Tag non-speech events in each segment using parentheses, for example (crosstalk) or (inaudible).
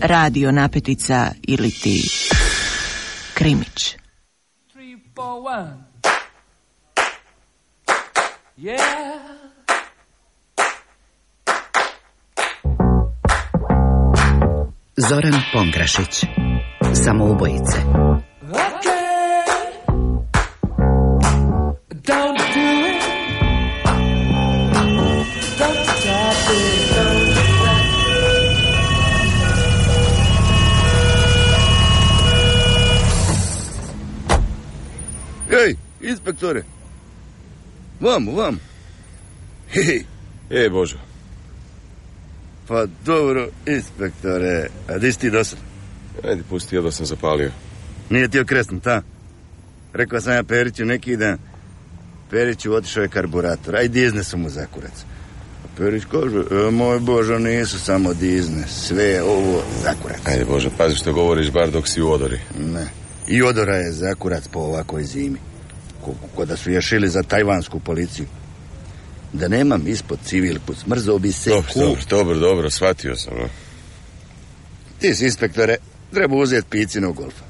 radio napetica ili ti krimić. three, four, one. Yeah. Zoran Pongrašić. Samoubojice. Okay. Don't do it. Don't stop it. Don't stop. Ej, inspektore. Vamo, vamo. Hej, E, Božo, pa dobro, inspektore. A di si ti dosad? ajde pusti ja da sam zapalio. Nije ti okresnut, a? Rekao sam ja Periću neki dan. Periću otišao je karburator, a i dizne su mu za kurac. A Perić kaže, e, moj Božo, nisu samo dizne, sve je ovo za kurac. Ajde, Božo, pazi što govoriš bar dok si u odori. Ne. I odora je za kurac po ovakoj zimi. Ko, ko da su je šili za tajvansku policiju. Da nemam ispod civilku, smrzao bi se Dobro, ku- dobro, dobro, dobro, shvatio sam. no. Ti si, inspektore, treba uzeti picinu golfa.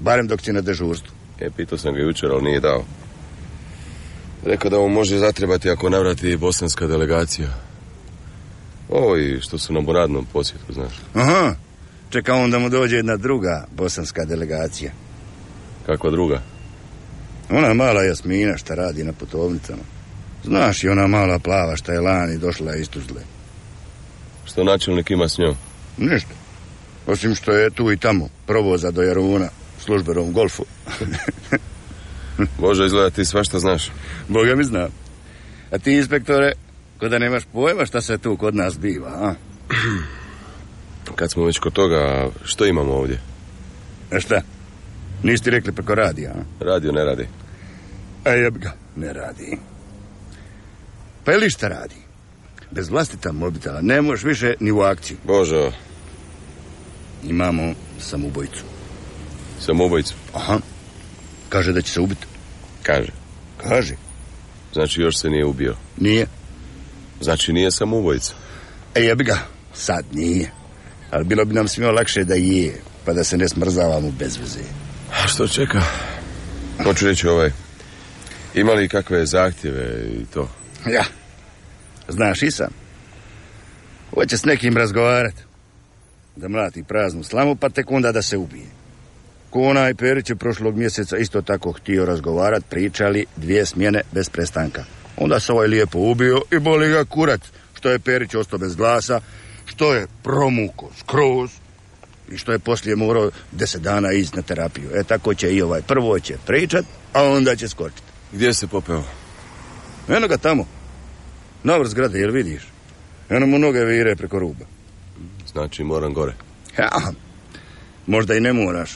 Barem dok si na dežurstvu. E, pitao sam ga jučer, ali nije dao. Rekao da mu može zatrebati ako navrati bosanska delegacija. Ovo i što su nam u radnom posjetu, znaš. Aha, čeka on da mu dođe jedna druga bosanska delegacija. Kakva druga? Ona mala Jasmina šta radi na putovnicama. Znaš i ona mala plava šta je lani došla iz Tuzle. Što načelnik ima s njom? Ništa. Osim što je tu i tamo provoza do Jaruna službenom golfu. Božo, izgleda ti svašta znaš. Boga mi zna. A ti, inspektore, ko da nemaš pojma šta se tu kod nas biva, a? Kad smo već kod toga, što imamo ovdje? A šta? Nisi ti rekli preko radija, a? Radio ne radi. A jeb E, ga, ne radi. Pa ili šta radi? Bez vlastita mobitela ne možeš više ni u akciju. Božo, Imamo samubojicu. sam ubojicu. Aha. Kaže da će se ubiti. Kaže. Kaže. Znači još se nije ubio. Nije. Znači nije sam ubojica. E jeb ga, sad nije. Ali bilo bi nam svima lakše da je, pa da se ne smrzavamo bez veze. A što čeka? Hoću reći ovaj. Ima li kakve zahtjeve i to? Ja. Znaš i sam. Hoće s nekim razgovarati. Da mlati praznu slamu, pa tek onda da se ubije. Ko onaj Perić je prošlog mjeseca isto tako htio razgovarat, pričali dvije smjene bez prestanka. Onda se ovaj lijepo ubio i boli ga kurac što je Perić ostao bez glasa, što je promuko skroz i što je poslije morao deset dana ići na terapiju. E tako će i ovaj prvo će pričat, a onda će skočit. Gdje se popeo? Eno ga tamo. Na vrh zgrade, jel vidiš? Eno mu noge vire preko ruba. Znači moram gore. Ja, možda i ne moraš.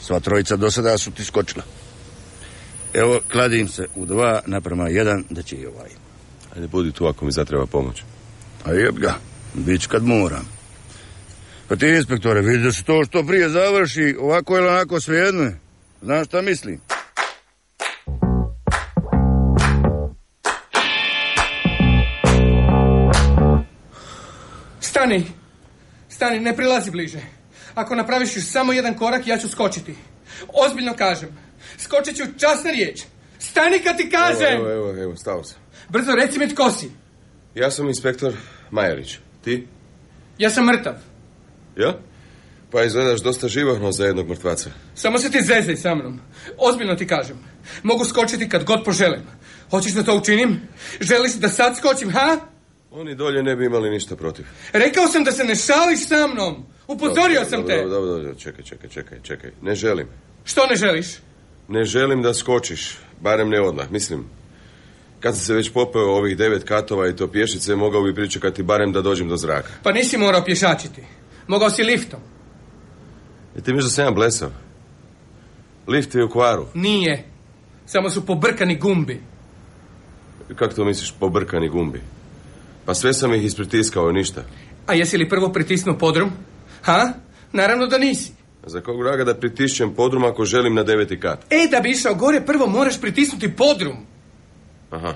Sva trojica do sada su ti skočila. Evo, kladim se u dva naprema jedan da će i ovaj. Ajde budi tu ako mi zatreba pomoć. A jeb ga, bit ću kad moram. Pa ti, inspektore, vidi da se to što prije završi, ovako ili onako svejedno je. Znaš šta mislim? Stani! Stani, ne prilazi bliže. Ako napraviš još samo jedan korak, ja ću skočiti. Ozbiljno kažem. Skočit ću čas na riječ. Stani kad ti kažem! Evo, evo, evo, stao sam. Brzo reci mi tko si. Ja sam inspektor Majerić. Ti? Ja sam mrtav. Ja? Pa izgledaš dosta živahno za jednog mrtvaca. Samo se ti zezaj sa mnom. Ozbiljno ti kažem. Mogu skočiti kad god poželim. Hoćeš da to učinim? Želiš da sad skočim, ha? Oni dolje ne bi imali ništa protiv. Rekao sam da se ne šališ sa mnom. Upozorio Dobro, sam dobro, te. Dobro, dobro, dobro, čekaj, čekaj, čekaj, čekaj. Ne želim. Što ne želiš? Ne želim da skočiš, barem ne odmah, mislim. Kad sam se već popeo ovih devet katova i to pješice, mogao bi pričekati barem da dođem do zraka. Pa nisi morao pješačiti. Mogao si liftom. E ti misliš da sam ja blesav? Lift je u kvaru. Nije. Samo su pobrkani gumbi. Kako to misliš, pobrkani gumbi? Pa sve sam ih ispritiskao i ništa. A jesi li prvo pritisnuo podrum? Ha? Naravno da nisi. A Za kog vraga da pritišćem podrum ako želim na deveti kat? E, da bi išao gore, prvo moraš pritisnuti podrum. Aha.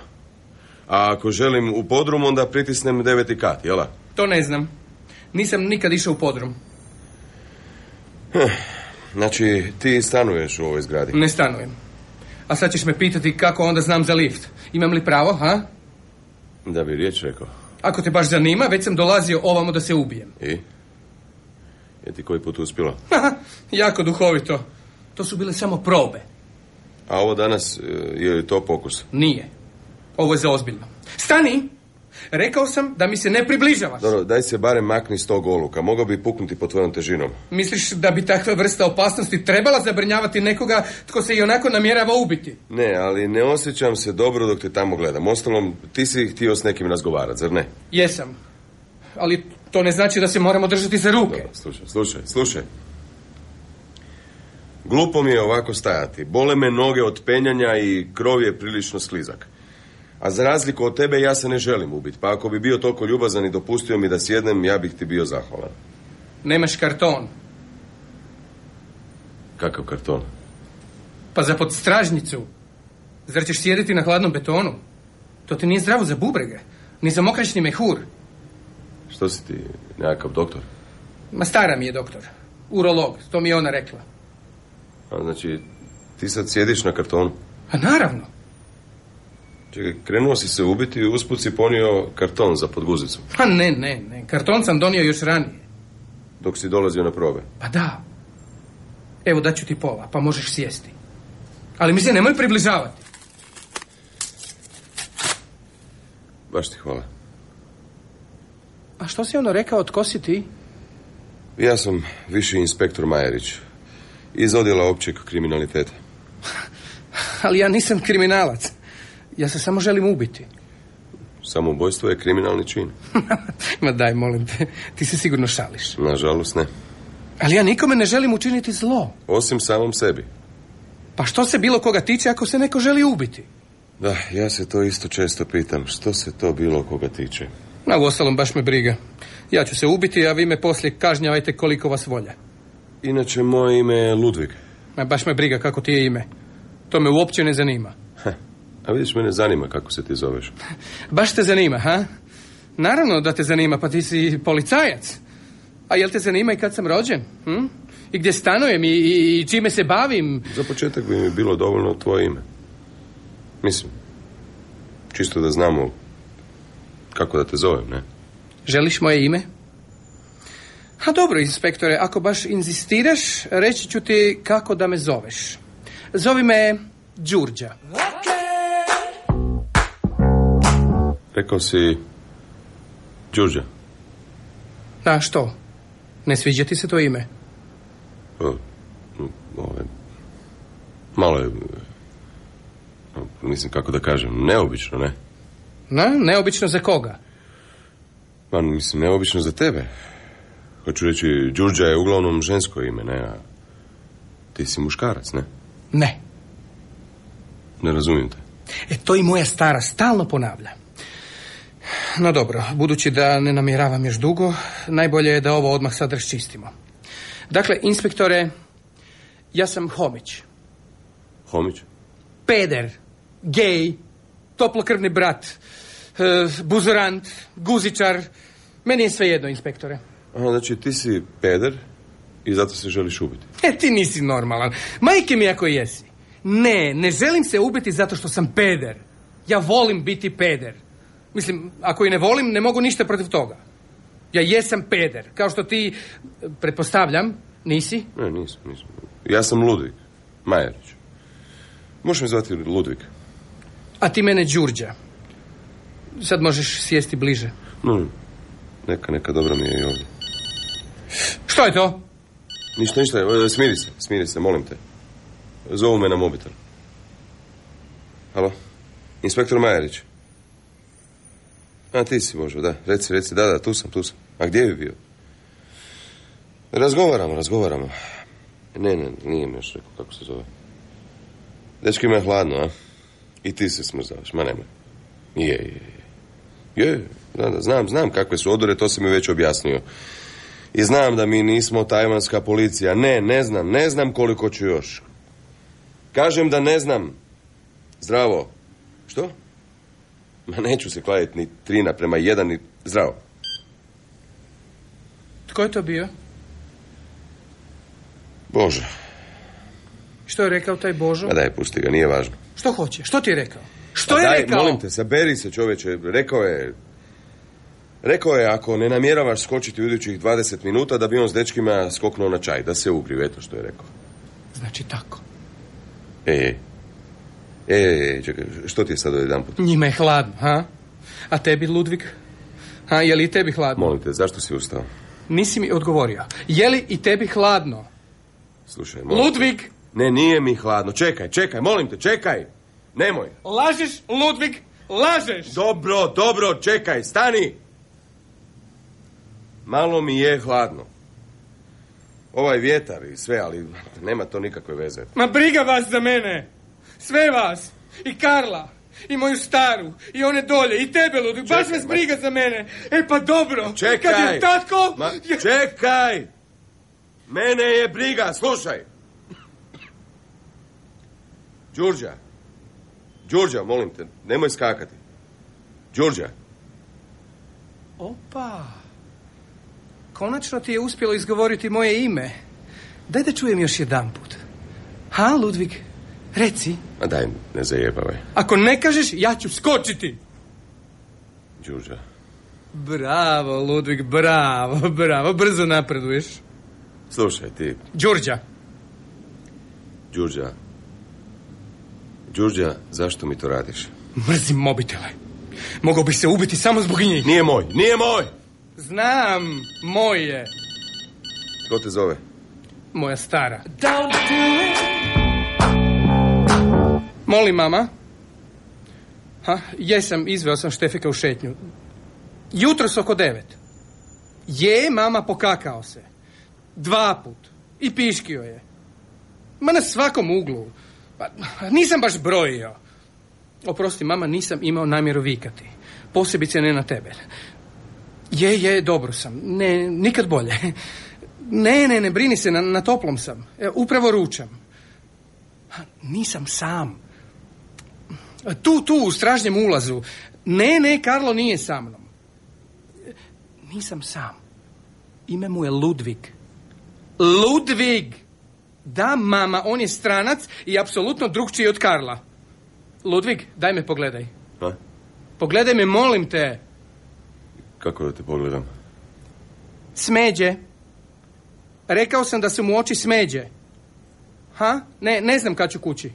A ako želim u podrum, onda pritisnem deveti kat, jela? To ne znam. Nisam nikad išao u podrum. Znači, ti stanuješ u ovoj zgradi. Ne stanujem. A sad ćeš me pitati kako onda znam za lift. Imam li pravo, ha? Da bi riječ rekao. Ako te baš zanima, već sam dolazio ovamo da se ubijem. (laughs) I? Je ti koji put uspjela? Haha, jako duhovito. To su bile samo probe. A ovo danas, e, je li to pokus? Nije. Ovo je za ozbiljno. Stani! Rekao sam da mi se ne približavaš. Dobro, daj se barem makni s tog oluka. Mogao bi puknuti pod tvojom težinom. Misliš da bi takva vrsta opasnosti trebala zabrinjavati nekoga tko se i onako namjerava ubiti? Ne, ali ne osjećam se dobro dok te tamo gledam. Ostalom, ti si htio s nekim razgovarati, zar ne? Jesam. Ali to ne znači da se moramo držati za ruke. Dobro, slušaj, slušaj, slušaj. Glupo mi je ovako stajati. Bole me noge od penjanja i krov je prilično slizak. A za razliku od tebe ja se ne želim ubiti, pa ako bi bio toliko ljubazan i dopustio mi da sjednem, ja bih ti bio zahvalan. Nemaš karton. Kakav karton? Pa za podstražnicu. Zar ćeš sjediti na hladnom betonu? To ti nije zdravo za bubrege. Ni za mokraćni mehur. Što si ti, nekakav doktor? Ma stara mi je doktor. Urolog. To mi je ona rekla. A, znači, ti sad sjediš na kartonu. A naravno. Čekaj, krenuo si se ubiti i usput si ponio karton za podguzicu. Pa ne, ne, ne. Karton sam donio još ranije. Dok si dolazio na probe. Pa da. Evo daću ti pola, pa možeš sjesti. Ali mi se nemoj približavati. Baš ti hvala. A što si ono rekao, tko si ti? Ja sam viši inspektor Majerić. Iz odjela općeg kriminaliteta. Ali ja nisam kriminalac. Ja se samo želim ubiti. (laughs) Samoubojstvo je kriminalni čin. Ma daj, molim te, ti se sigurno šališ. Nažalost ne. Ali ja nikome ne želim učiniti zlo. Osim samom sebi. Pa što se bilo koga tiče ako se neko želi ubiti? Da, ja se to isto često pitam. Što se to bilo koga tiče? Na uostalom baš me briga. Ja ću se ubiti, a vi me poslije kažnjavajte koliko vas volja. Inače, moje ime je Ludvig. Ma baš me briga kako ti je ime. To me uopće ne zanima. Ha, a vidiš, mene zanima kako se ti zoveš. Baš te zanima, ha? Naravno da te zanima, pa ti si policajac. A jel te zanima i kad sam rođen? Hm? I gdje stanujem i, i, i čime se bavim? Za početak bi mi bilo dovoljno tvoje ime. Mislim, čisto da znamo kako da te zovem, ne? Želiš moje ime? Ha dobro, inspektore, ako baš inzistiraš, reći ću ti kako da me zoveš. Zovi me Đurđa. Rekao si... Đurđa. A što? Ne sviđa ti se to ime? O, m, ovaj, malo je... o, Mislim, kako da kažem, neobično, ne? Na, neobično za koga? Pa, mislim, neobično za tebe. Hoću reći, Đurđa je uglavnom žensko ime, ne? A ti si muškarac, ne? Ne. Ne razumijem te. E, to i moja stara stalno ponavlja. No dobro, budući da ne namjeravam još dugo, najbolje je da ovo odmah sad raščistimo. Dakle, inspektore, ja sam homić, Homić? peder, gej, toplokrvni brat, e, buzurant, guzičar. Meni je sve jedno, inspektore. A, znači, ti si peder i zato se želiš ubiti. E, ti nisi normalan. Majke mi ako jesi. Ne, ne želim se ubiti zato što sam peder. Ja volim biti peder. Mislim, ako i ne volim, ne mogu ništa protiv toga. Ja jesam peder, kao što ti, eh, pretpostavljam, nisi. Ne, nisam, nisam. Ja sam Ludvig Majerić. Možeš me zvati Ludvig. A ti mene Đurđa. Sad možeš sjesti bliže. No, neka, neka, dobro mi je i ovdje. Što je to? Ništa, ništa, e, smiri se, smiri se, molim te. Zovu me na mobitel. Halo, inspektor Majerić. A, ti si Božo, da, reci, reci, da, da, tu sam, tu sam. A gdje bi bio? Razgovaramo, razgovaramo. Ne, ne, nije mi još rekao kako se zove. Dečki me je hladno, a? I ti se smrzavaš, ma nemoj. Je, je, je. Je, da, da, znam, znam kakve su odore, to si mi već objasnio. I znam da mi nismo tajvanska policija. Ne, ne znam, ne znam koliko ću još. Kažem da ne znam. Zdravo. Što? Ma neću se kladiti ni tri prema jedan, ni zdravo. Tko je to bio? Bože, Što je rekao taj Božo? ma daj, pusti ga, nije važno. Što hoće? Što ti je rekao? Što Pa je daj, rekao? molim te, saberi se čovječe, rekao je... Rekao je, ako ne namjeravaš skočiti u idućih 20 minuta, da bi on s dečkima skoknuo na čaj, da se ugriju, eto što je rekao. Znači tako. E, e, e, e, čekaj, što ti je sad jedan put? Njima je hladno, ha? A tebi, Ludvig? Ha, je li i tebi hladno? Molim te, zašto si ustao? Nisi mi odgovorio. Je li i tebi hladno? Slušaj, molim te. Ludvig! Ne, nije mi hladno. Čekaj, čekaj, molim te, čekaj. Nemoj. Lažeš, Ludvig! Lažeš! Dobro, dobro, čekaj, stani. Malo mi je hladno. Ovaj vjetar i sve, ali nema to nikakve veze. Ma briga vas za mene! Sve vas! I Karla! I moju staru! I one dolje! I tebe, Ludvig! Baš Čekaj, vas ma- briga za mene! E pa dobro! Čekaj. Kad je tako... Ma, ja- čekaj. Mene je briga, slušaj. Đurđa. Đurđa, molim te, nemoj skakati. Đurđa. Opa! Konačno ti je uspjelo izgovoriti moje ime. Daj da čujem još jedan put. Ha, Ludvig? Reci. Ma daj, ne zajebavaj. Ako ne kažeš, ja ću skočiti. Đurđa. Bravo, Ludvig, bravo, bravo. Brzo napreduješ. Slušaj, ti, Đurđa. Đurđa. Đurđa, zašto mi to radiš? Mrzim mobitele. Mogao bih se ubiti samo zbog njih. Nije moj, nije moj! Znam, moje. Ko te zove? Moja stara. Don't do it. Molim, mama. Ha, jesam, izveo sam Štefika u šetnju. Jutros oko devet. Je, mama, pokakao se. Dva put. I piškio je. Ma na svakom uglu. Pa, nisam baš brojio. Oprosti, mama, nisam imao namjeru vikati. Posebice ne na tebe. Je, je, dobro sam. Ne, nikad bolje. (laughs) Ne, ne, ne, brini se, na, na toplom sam. E, upravo ručam. Ha, nisam sam. Tu, tu, u stražnjem ulazu. Ne, ne, Karlo nije sa mnom. E, Nisam sam. Ime mu je Ludvig. Ludvig! Da, mama, on je stranac i apsolutno drugčiji od Karla. Ludvig, daj me pogledaj. A? Pogledaj me, molim te. Kako da te pogledam? Smeđe. Rekao sam da su mu oči smeđe. Ha? Ne, ne znam kad ću kući.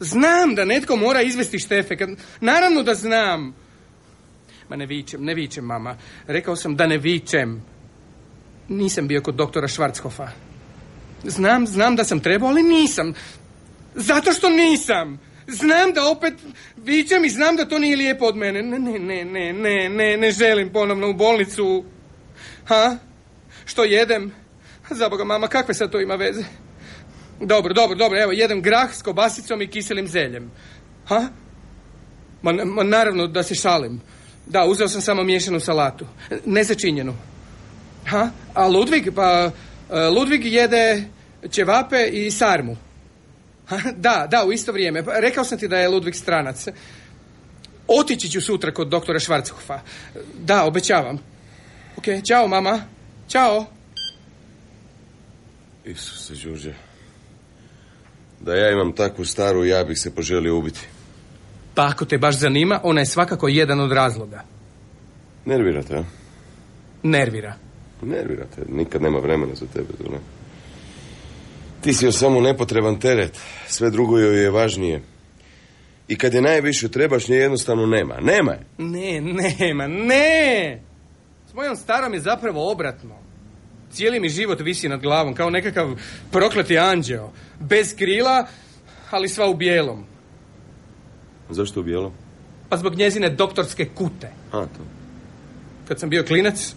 Znam da netko mora izvesti štefe. Kad... Naravno da znam. Ma ne vičem, ne vičem, mama. Rekao sam da ne vičem. Nisam bio kod doktora Švarckofa. Znam, znam da sam trebao, ali nisam. Zato što nisam. Znam da opet vičem i znam da to nije lijepo od mene. Ne, ne, ne, ne, ne, ne, ne želim ponovno u bolnicu. Ha? Što jedem? Zaboga mama, kakve sad to ima veze? Dobro, dobro, dobro, evo, jedem grah s kobasicom i kiselim zeljem. Ha? Ma, n- ma naravno da se šalim. Da, uzeo sam samo miješanu salatu. Nezačinjenu. Ha? A Ludvig, pa... e, Ludvig jede ćevape i sarmu. Ha, da, da, u isto vrijeme. Pa, Rekao sam ti da je Ludvig stranac. Otići ću sutra kod doktora Švarcofa. Da, obećavam. Ok, čao mama. Ćao. Isuse, Đurđa. Da ja imam takvu staru, ja bih se poželio ubiti. Pa ako te baš zanima, ona je svakako jedan od razloga. Nervirate, a? Nervira. Nervirate, nikad nema vremena za tebe, Zule. Ti si joj samo nepotreban teret, sve drugo joj je važnije. I kad je najviše trebaš, nje jednostavno nema. Nema je. Ne, nema, ne! S mojom starom je zapravo obratno. Cijeli mi život visi nad glavom, kao nekakav prokleti anđeo. Bez krila, ali sva u bijelom. Zašto u bijelom? Pa zbog njezine doktorske kute. A, to. Kad sam bio klinac,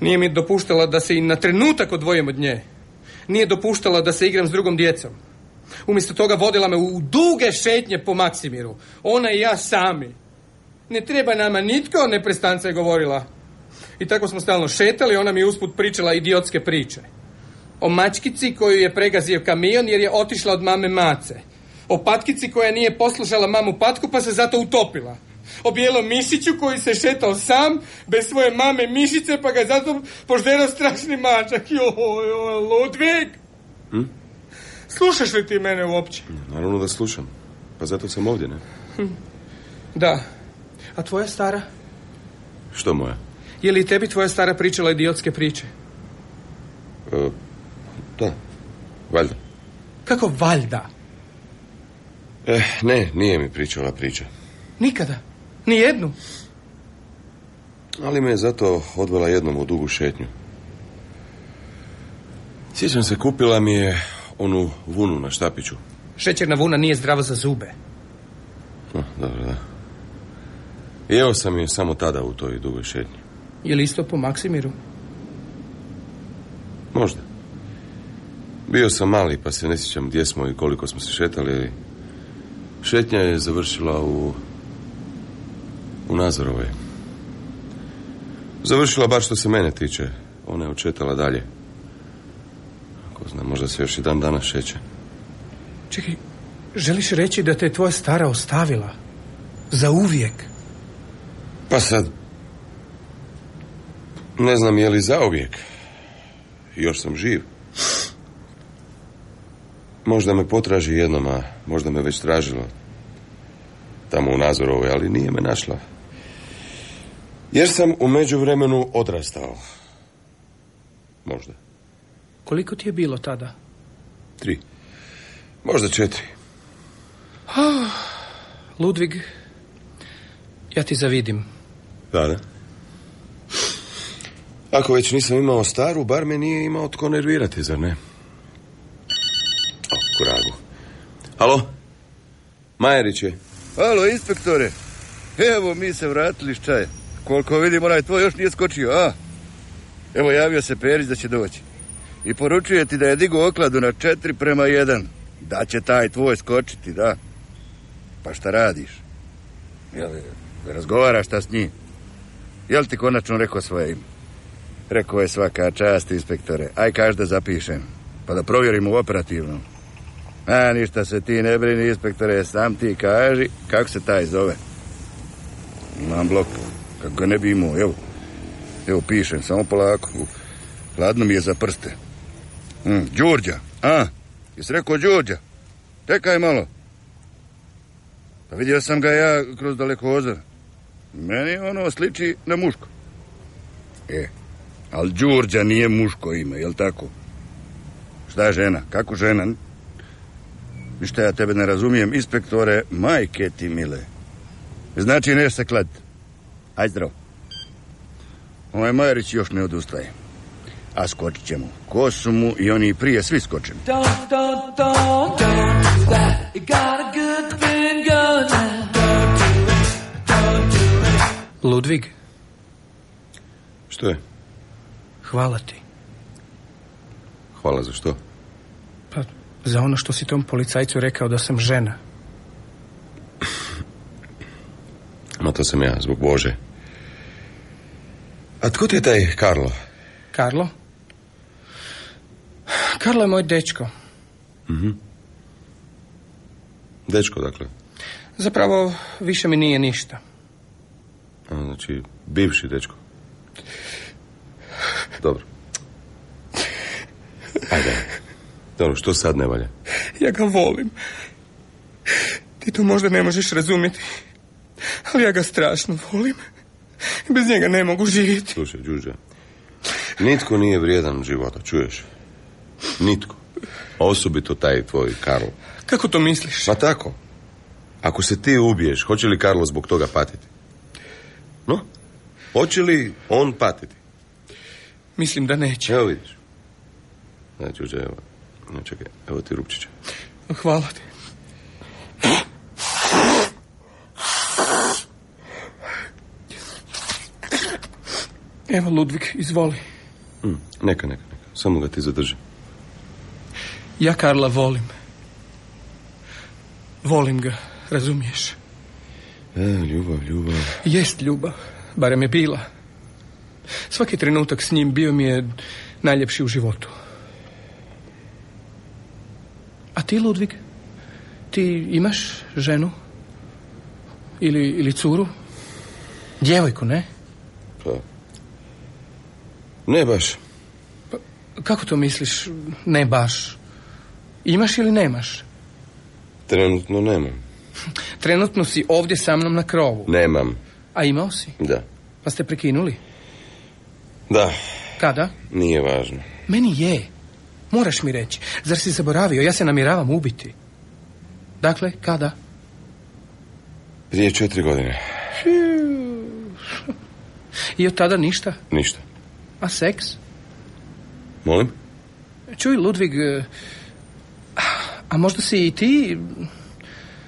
nije mi dopuštala da se i na trenutak odvojim od nje. Nije dopuštala da se igram s drugom djecom. Umjesto toga vodila me u duge šetnje po Maksimiru. Ona i ja sami. Ne treba nama nitko, neprestanca je govorila. I tako smo stalno šetali, ona mi je usput pričala idiotske priče. O mačkici koju je pregazio kamion jer je otišla od mame mace. O patkici koja nije poslušala mamu patku pa se zato utopila. O bijelom mišiću koji se šetao sam, bez svoje mame mišice, pa ga je zato požderao strašni mačak. Joj, joj, Ludvig! Slušaš li ti mene uopće? Naravno da slušam. Pa zato sam ovdje, ne? Da. A tvoja stara? Što moja? Je li i tebi tvoja stara pričala idiotske priče? E, da. Valjda. Kako valjda? Eh, ne, nije mi pričala priča. Nikada. Ni jednu. Ali me je zato odvela jednom u dugu šetnju. Sjećam se, kupila mi je onu vunu na štapiću. Šećerna vuna nije zdrava za zube. Ah, dobro, da. I evo sam je samo tada u toj dugoj šetnji. Je li isto po Maksimiru? Možda. Bio sam mali, pa se ne sjećam gdje smo i koliko smo se šetali. ali Šetnja je završila u... u Nazorovoj. Završila baš što se mene tiče. Ona je očetala dalje. Ako zna, možda se još i dan danas šeće. Čekaj, želiš reći da te je tvoja stara ostavila? Za uvijek? Pa sad... Ne znam je li zauvijek. Još sam živ. Možda me potraži jednom, a možda me već tražilo. Tamo u Nazorovoj, ali nije me našla. Jer sam u međuvremenu odrastao. Možda. Koliko ti je bilo tada? Tri. Možda četiri. Ludvig, ja ti zavidim. Da, da. Ako već nisam imao staru, bar me nije imao tko nervirati, zar ne? O, kuragu. Halo? Majerić je. Alo, inspektore. Evo, mi se vratili s čaja. Koliko vidim, onaj tvoj još nije skočio, a? Evo, javio se Perić da će doći. I poručuje ti da je digao okladu na 4 prema 1. Da će taj tvoj skočiti, da. Pa šta radiš? Jel, da razgovaraš šta s njim? Jel ti konačno rekao svoje ime? Rekao je svaka čast, inspektore. Aj kaž da zapišem. Pa da provjerimo operativno. A, ništa se ti ne brini, inspektore. Sam ti kaži kako se taj zove. Imam blok. Kako ga ne bi imao, evo. Evo, pišem, samo polako. Hladno mi je za prste. Mm, Đurđa, a? Jesi rekao Đurđa? Čekaj malo. Pa vidio sam ga ja kroz daleko ozor. Meni ono sliči na muško. E, ali Đurđa nije muško ime, jel tako? Šta žena? Kako žena? Ništa ja tebe ne razumijem, inspektore, majke ti mile. Znači neš se klad. Aj zdrav. Ovaj Majerić još ne odustaje. A skočit ćemo. Ko su mu i oni prije svi skočili. Don't, don't, don't, don't do that. You got a good thing going now. Don't do it, don't do it. Ludvig, Što je? hvala ti. Hvala za što. Pa, za ono što si tom policajcu rekao da sam žena. Ma to sam ja, zbog Bože. A tko ti je taj Karlo? Karlo? Karlo je moj dečko. Dečko, dakle. Zapravo, više mi nije ništa. A, znači, bivši dečko. Dobro. Ajde. Dobro, što sad ne valja? Ja ga volim. Ti to možda ne možeš razumjeti. Ali ja ga strašno volim. Bez njega ne mogu živjeti. Slušaj, Đuđa, nitko nije vrijedan života, čuješ? Nitko. A Osobito taj tvoj Karlo. Kako to misliš? Pa tako. Ako se ti ubiješ, hoće li Karlo zbog toga patiti? No, hoće li on patiti? Mislim da neće. Evo vidiš. Znači, Đuđa, evo. No, čekaj, evo ti Rupčića. Hvala ti. Evo, Ludvig, izvoli. Mm, neka, neka, neka. Samo ga ti zadrži. Ja Karla volim. Volim ga, razumiješ? E, ljubav, ljubav. Jest ljubav, barem je bila. Svaki trenutak s njim bio mi je najljepši u životu. A ti, Ludvig, ti imaš ženu? Ili, ili curu? Djevojku, ne? Pa. Ne baš. Kako to misliš? Ne baš. Imaš ili nemaš? Trenutno nemam. Trenutno si ovdje sa mnom na krovu. Nemam. A imao si? Da. Pa ste prekinuli? Da, Kada? nije važno. Meni je. Moraš mi reći. Zar si zaboravio? Ja se namjeravam ubiti. Dakle, kada? Prije četiri godine. I od tada ništa. Ništa. A seks? Molim? Čuj, Ludvig, eh, a možda si i ti,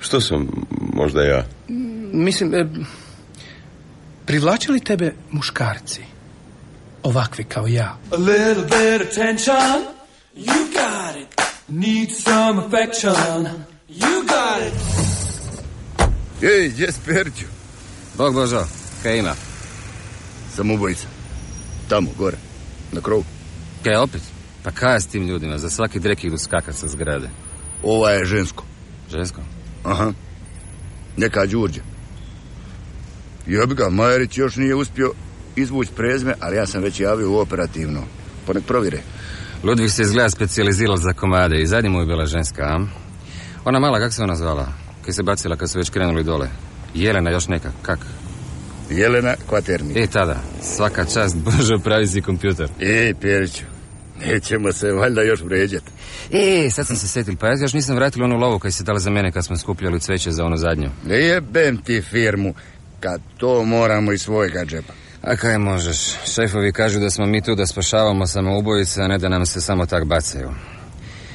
Što sam možda ja? mislim, eh, privlače li tebe muškarci? Ovakvi kao ja. A little bit of tension, you got it. Need some affection, you got it. Ej, gdje si Periću? Bog Božo, kaj ima? Sam ubojica. Tamo, gore. Na krovu. Kaj opet? Pa kaj je s tim ljudima? Za svaki drek idu skakat sa zgrade. Ova je žensko. Žensko? Aha. Neka Đurđa. Jebi ga, Majerić još nije uspio izvući prezme, ali ja sam već javio u operativno. Pa nek provjere. Ludvig se izgleda specijalizirao za komade i zadnji mu je bila ženska, a? Ona mala, kak se ona zvala? Kaj se bacila kad su već krenuli dole? Jelena još neka, kak? Jelena Kvaternik. E, tada, svaka čast, (laughs) Bože, pravi si kompjuter. Ej, E, Periću, nećemo se valjda još vrijeđati. E, sad sam se sjetil, pa ja još nisam vratila onu lovu kaj se dala za mene kad smo skupljali cveće za onu zadnju. Ne jebem ti firmu, kad to moramo iz svojega džepa. A kaj možeš? Šefovi kažu da smo mi tu da spašavamo samoubojice, a ne da nam se samo tak bacaju.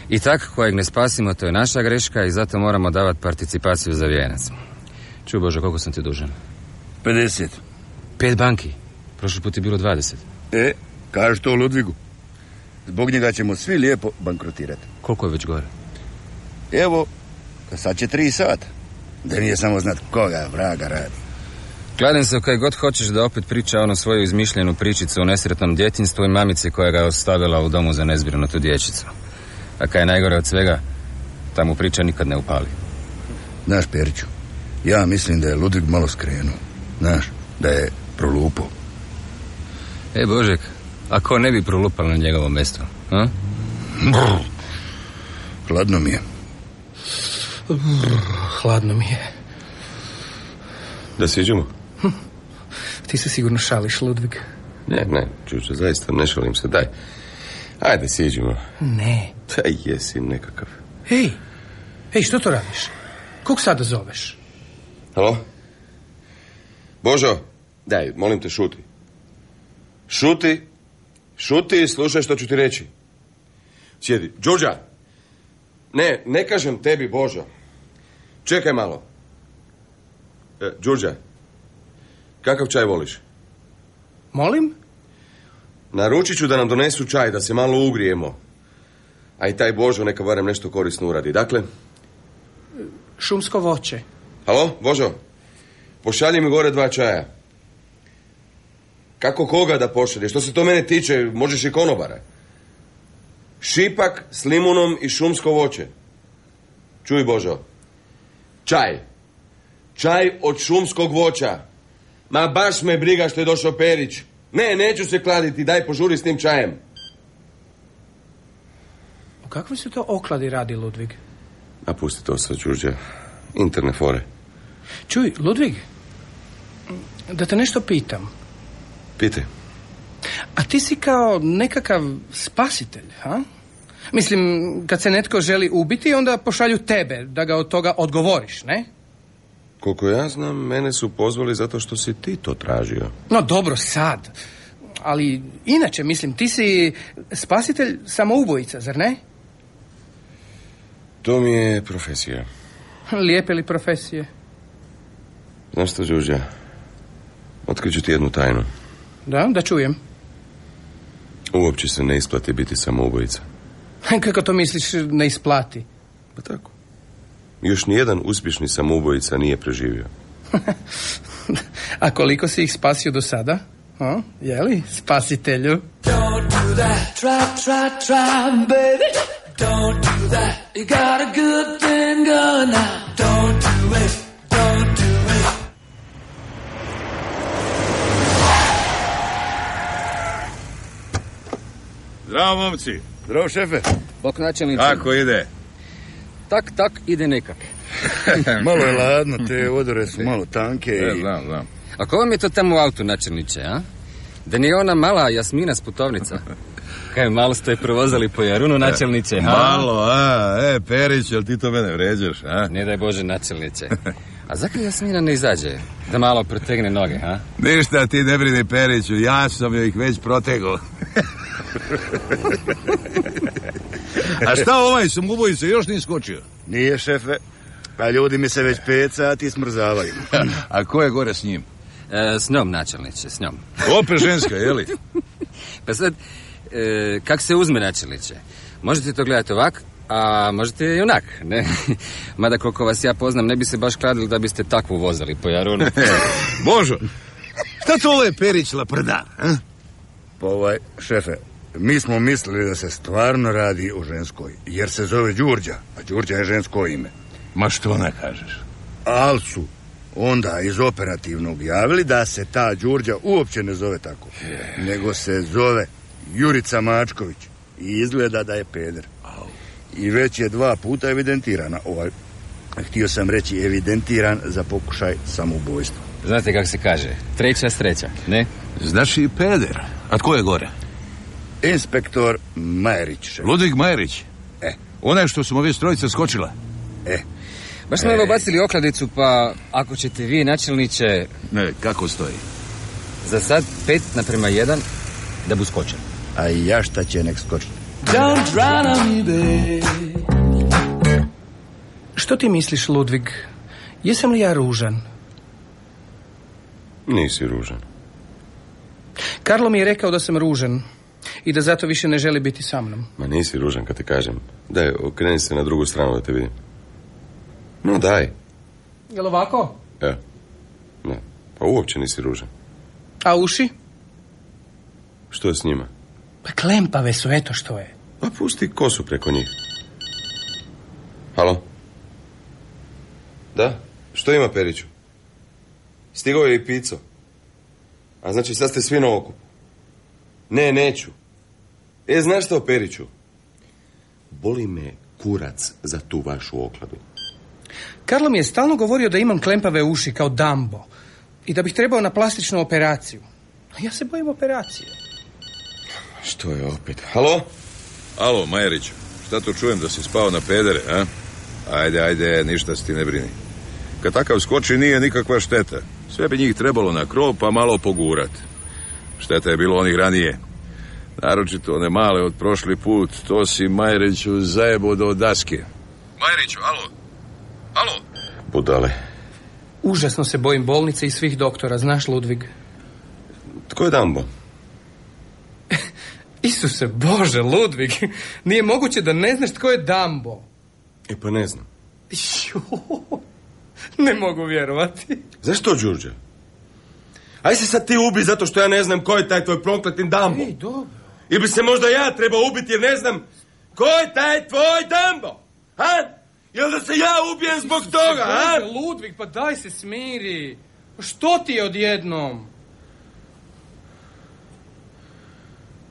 I tak kojeg ne spasimo, to je naša greška i zato moramo davati participaciju za vijenac. Čuj Bože, koliko sam ti dužan? 50. Pet banki. Prošli put je bilo 20. E, kaži to Ludvigu. Zbog njega ćemo svi lijepo bankrotirati. Koliko je već gore? Evo, sad će tri sata. Da nije samo znat koga vraga radi. Kladim se kaj god hoćeš da opet priča onu svoju izmišljenu pričicu o nesretnom djetinstvu i mamici koja ga je ostavila u domu za nezbrinutu dječicu. A kaj je najgore od svega, ta mu priča nikad ne upali. Znaš, Periću, ja mislim da je Ludvig malo skrenuo. Znaš, da je prolupo. E, Božek, a ko ne bi prolupal na njegovo mesto? A? Hladno mi je. Hladno mi je. Da siđemo? Ti se sigurno šališ, Ludvig. Ne, ne, čuče, zaista ne šalim se, daj. Ajde, siđemo. Ne. Da jesi nekakav. Ej, ej, što to radiš? Kog sada zoveš? Halo? Božo, daj, molim te, šuti. Šuti, šuti i slušaj što ću ti reći. Sjedi. Đuđa! Ne, ne kažem tebi, Božo. Čekaj malo. E, Đuđa, kakav čaj voliš? Molim? Naručit ću da nam donesu čaj, da se malo ugrijemo. A i taj Božo neka barem nešto korisno uradi. Dakle, Šumsko voće. halo, Božo, pošalji mi gore dva čaja. Kako koga da pošalje? Što se to mene tiče, možeš i konobara. Šipak s limunom i šumsko voće. Čuj, Božo, čaj. Čaj od šumskog voća. Ma baš me briga što je došao Perić. Ne, neću se kladiti, daj požuri s tim čajem. O kakvoj se to okladi radi, Ludvig? Napusti to sa Đurđe. Interne fore. Čuj, Ludvig, da te nešto pitam. Pite. A ti si kao nekakav spasitelj, ha? Mislim, kad se netko želi ubiti, onda pošalju tebe da ga od toga odgovoriš, ne? Koliko ja znam, mene su pozvali zato što si ti to tražio. No dobro, sad. Ali inače, mislim, ti si spasitelj samoubojica, zar ne? To mi je profesija. Lijepe li profesije? Znaš što, Đuđa? Otkriću ti jednu tajnu. Da, da čujem. (laughs) Uopće se ne isplati biti samoubojica. Kako to misliš ne isplati? (laughs) Pa tako. Još nijedan uspješni samoubojica nije preživio. A koliko si ih spasio do sada? Ha? Jeli? Spasitelju. Don't do that. Try, try, try, baby. Don't do that. You got a good thing going now. Don't do it. Don't do it. Zdravo, momci. Zdravo, šefe. Bok načelniče. Kako ide? Tak, tak, ide nekak. Malo je ladno, te odore su malo tanke E, i... znam, znam. A ko vam je to tamo u autu načelniče, a? Da nije ona mala Jasmina s (laughs) putovnica? Kaj, malo ste provozali po Jarunu, načelniče, a? E, Malo, a, e, Perić, jel ti to mene vređaš, a? Ne daj Bože, načelniče. A zakaj Jasmina ne izađe? Da malo protegne noge, a? Ništa ti ne brini Periću, ja sam joj ih već protegao. (laughs) A šta ovaj sam ubojica još nije skočio? Nije, šefe. A ljudi mi se već pet sati smrzavaju. (laughs) A ko je gore s njim? E, s njom, načelniče, s njom. Opet ženska, jeli? Pa sad, e, kak se uzme načelniče? Možete to gledati ovak, a možete i onak, ne? (laughs) Mada koliko vas ja poznam, ne bi se baš kladili da biste takvu vozali po (laughs) Jarunu. Božo, šta to ovaj Perić laprda? a? Pa ovaj, šefe, mi smo mislili da se stvarno radi o ženskoj, jer se zove Đurđa, a Đurđa je žensko ime. Ma što ne kažeš? Ali su onda iz operativnog javili da se ta Đurđa uopće ne zove tako, nego se zove Jurica Mačković i izgleda da je peder. I već je dva puta evidentirana, ovaj, htio sam reći evidentiran za pokušaj samoubojstva. Znate kako se kaže, treća sreća, ne? Znaš i peder. A tko je gore? Inspektor Majerić, šef. Ludvig Majerić. E. Onaj što smo vi strojica skočila. E, Baš smo evo bacili okladicu, pa ako ćete vi, načelniče, Ne, kako stoji? za sad pet naprema jedan, da bu skočen. a i ja šta će nek skočiti? Don't drown on me, babe. Što ti misliš, Ludvig? Jesam li ja ružan? Nisi ružan. Karlo mi je rekao da sam ružan i da zato više ne želi biti sa mnom. Ma nisi ružan kad ti kažem. Daj, okreni se na drugu stranu da te vidim. No, daj. Jel ovako? Evo. Ne. Pa uopće nisi ružan. A uši? Što je s njima? Pa klempave su, eto što je. Pa pusti kosu preko njih. Halo? Da? Što ima Periću? Stigao je i pico. A znači sad ste svi na okupu. Ne, neću. E, znaš što Periću? Boli me kurac za tu vašu okladu. Karlo mi je stalno govorio da imam klempave uši kao Dambo i da bih trebao na plastičnu operaciju. A ja se bojim operacije. Pa Što je opet? Halo? Alo, Majeriću, šta to čujem da si spao na pedere, a? Ajde, ajde, ništa se ti ne brini. Kad takav skoči nije nikakva šteta. Sve bi njih trebalo na krov pa malo pogurat. Šteta je bilo onih ranije. Naročito one male od prošli put, to si Majeriću zajebo do daske. Majeriću, alo? Alo? Budale. Užasno se bojim bolnice i svih doktora, znaš Ludvig? Tko je Dambo? Isuse, Bože, Ludvig, (laughs) nije moguće da ne znaš tko je (laughs) Dambo. E, pa ne znam. Joj, ne mogu vjerovati. Zašto, Đurđe? Aj se sad ti ubi zato što ja ne znam ko je taj tvoj prokleti Dambo. Ej, dobro. Ili bi se možda ja trebao ubiti jer ne znam ko je taj tvoj Dambo? Ha? Jel da se ja ubijem zbog toga, ha? Bože, Ludvig, pa daj se smiri. Što ti je odjednom?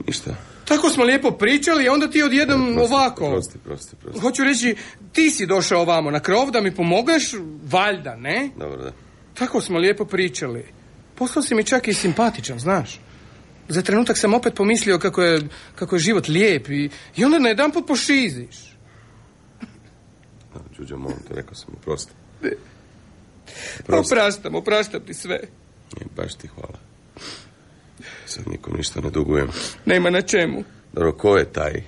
Ništa. Tako smo lijepo pričali, a onda ti odjednom ovako. Prosti, prosti, prosti. Hoću reći, ti si došao ovamo na krov da mi pomogneš, valjda, ne? Dobro, da. Tako smo lijepo pričali. Poslao si mi čak i simpatičan, znaš. Za trenutak sam opet pomislio kako je, kako je život lijep i, i onda na jedan put pošiziš. Da, Đurđe, molim te, rekao sam, prosti. Prosti. Opraštam, opraštam ti sve. E, baš ti hvala. Sad nikom ništa ne dugujem. Nema na čemu. Dobro, ko je taj?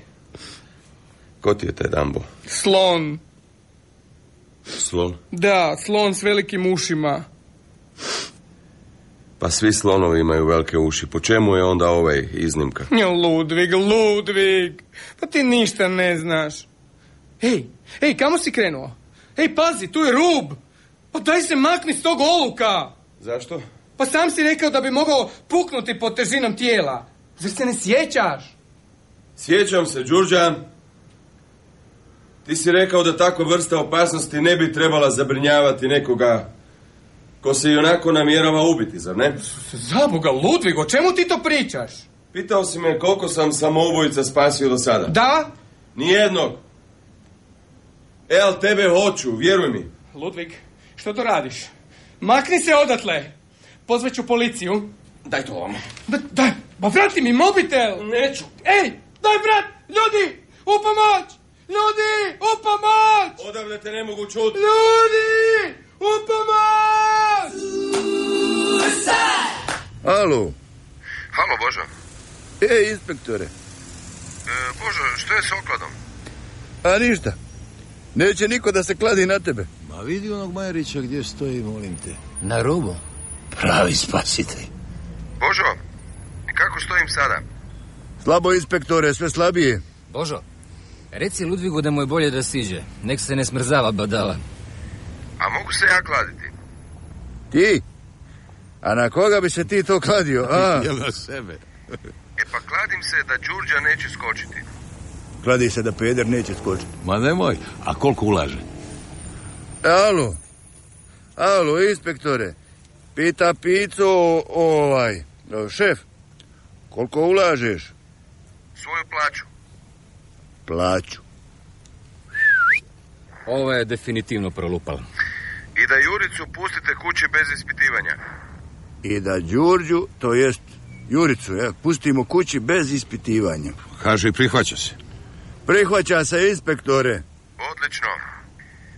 Ko ti je taj Dambo? Slon. Slon? Da, slon s velikim ušima. Pa svi slonovi imaju velike uši. Po čemu je onda ovaj iznimka? Jo, Ludvig, Ludvig. Pa ti ništa ne znaš. Ej, ej, kamo si krenuo? Ej, pazi, tu je rub. Pa daj se makni s tog oluka. Zašto? Pa sam si rekao da bi mogao puknuti pod težinom tijela. Zar se ne sjećaš? Sjećam se, Đurđa. Ti si rekao da takva vrsta opasnosti ne bi trebala zabrinjavati nekoga ko se i onako namjerava ubiti, zar ne? Zaboga, Ludvig, o čemu ti to pričaš? Pitao si me koliko sam samoubojica spasio do sada. Da, Nijednog. El, tebe hoću, vjeruj mi. Ludvig, što to radiš? Makni se odatle! Pozveću policiju. Daj to vam. Da, daj, ba vrati mi mobitel! Neću. Ej, daj brat, ljudi, u pomoć! Ljudi, u pomoć! Odavde te ne mogu čuti. Ljudi, u pomoć! Alo, Halo Božo. E, e, inspektore, Božo, E, što je s okladom? a ništa. Neće niko da se kladi na tebe. Ma vidi onog Majerića gdje stoji, molim te. Na rubu. Pravi spasitelj. Božo, e, kako stojim sada? Slabo, inspektore, sve slabije. Božo, reci Ludvigu da mu je bolje da siđe. Nek se ne smrzava badala. A mogu se ja kladiti? Ti? A na koga bi se ti to kladio, (laughs) a? Jel na sebe? E pa kladim se da Đurđa neće skočiti. Kladi se da peder neće skočiti. Ma nemoj, a koliko ulaže? Alo, alo, inspektore, pita pico o- ovaj, šef, koliko ulažeš? Svoju plaću. Plaću. Ovo je definitivno prolupalo. I da Juricu pustite kući bez ispitivanja. I da Đurđu, to jest Juricu, je, pustimo kući bez ispitivanja. Kaže i prihvaća se. Prihvaća se, inspektore. Odlično.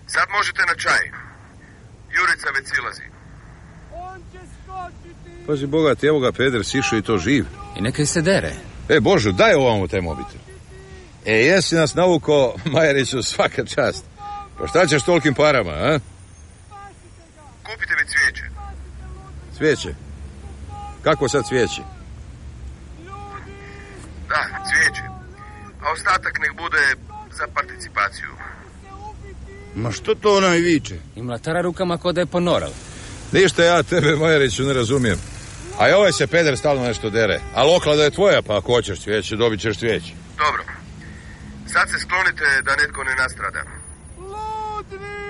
Sad možete na čaj. Jurica već silazi. Pazi, bogati, evo ga Peder sišao i to živ. I neka se dere. E, Božo, daj ovamo te mobitel. E, jesi nas navuko, Majeriću, svaka čast. Pa šta ćeš tolkim parama, a? Kupite mi cvijeće. Cvijeće. Kako sad cvijeće? Da, cvijeće. A ostatak nek bude za participaciju. Ma što to onaj viče? I mlatara rukama ko da je ponoral. Ništa ja tebe, Majeriću, ne razumijem. A i ovaj se Peder stalno nešto dere. Ali oklada je tvoja, pa ako hoćeš cvijeće, dobit ćeš cvijeće. Dobro. Sad se sklonite da netko ne nastrada.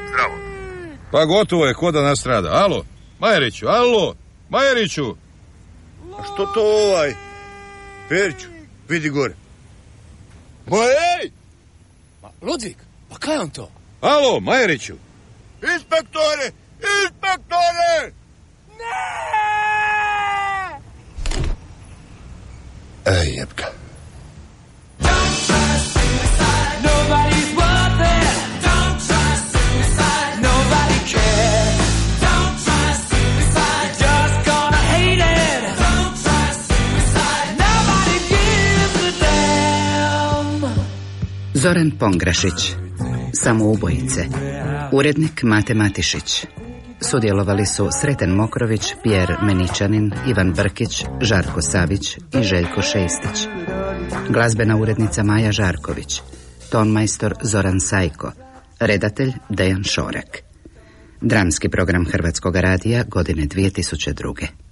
Zdravo. Pa gotovo je, ko da nas rada. Alo, Majeriću, alo, Majeriću. A što to ovaj? Periću, vidi gore. Ma ej, Ludvig, pa kaj je on to? alo, Majeriću. Inspektore! Inspektore! Ej, jebka. Nobody's worth it. Don't try suicide. Nobody cares. Don't try suicide. Just gonna hate it. Don't try suicide. Nobody gives a damn. Zoran Pongrašić, samoubojice, urednik Mate Matišić. Sudjelovali su Sreten Mokrović, Pjer Meničanin, Ivan Brkić, Žarko Savić i Željko Šestić. Glazbena urednica Maja Žarković, tonmajstor Zoran Sajko, redatelj Dejan Šorek. Dramski program Hrvatskog radija godine 2002.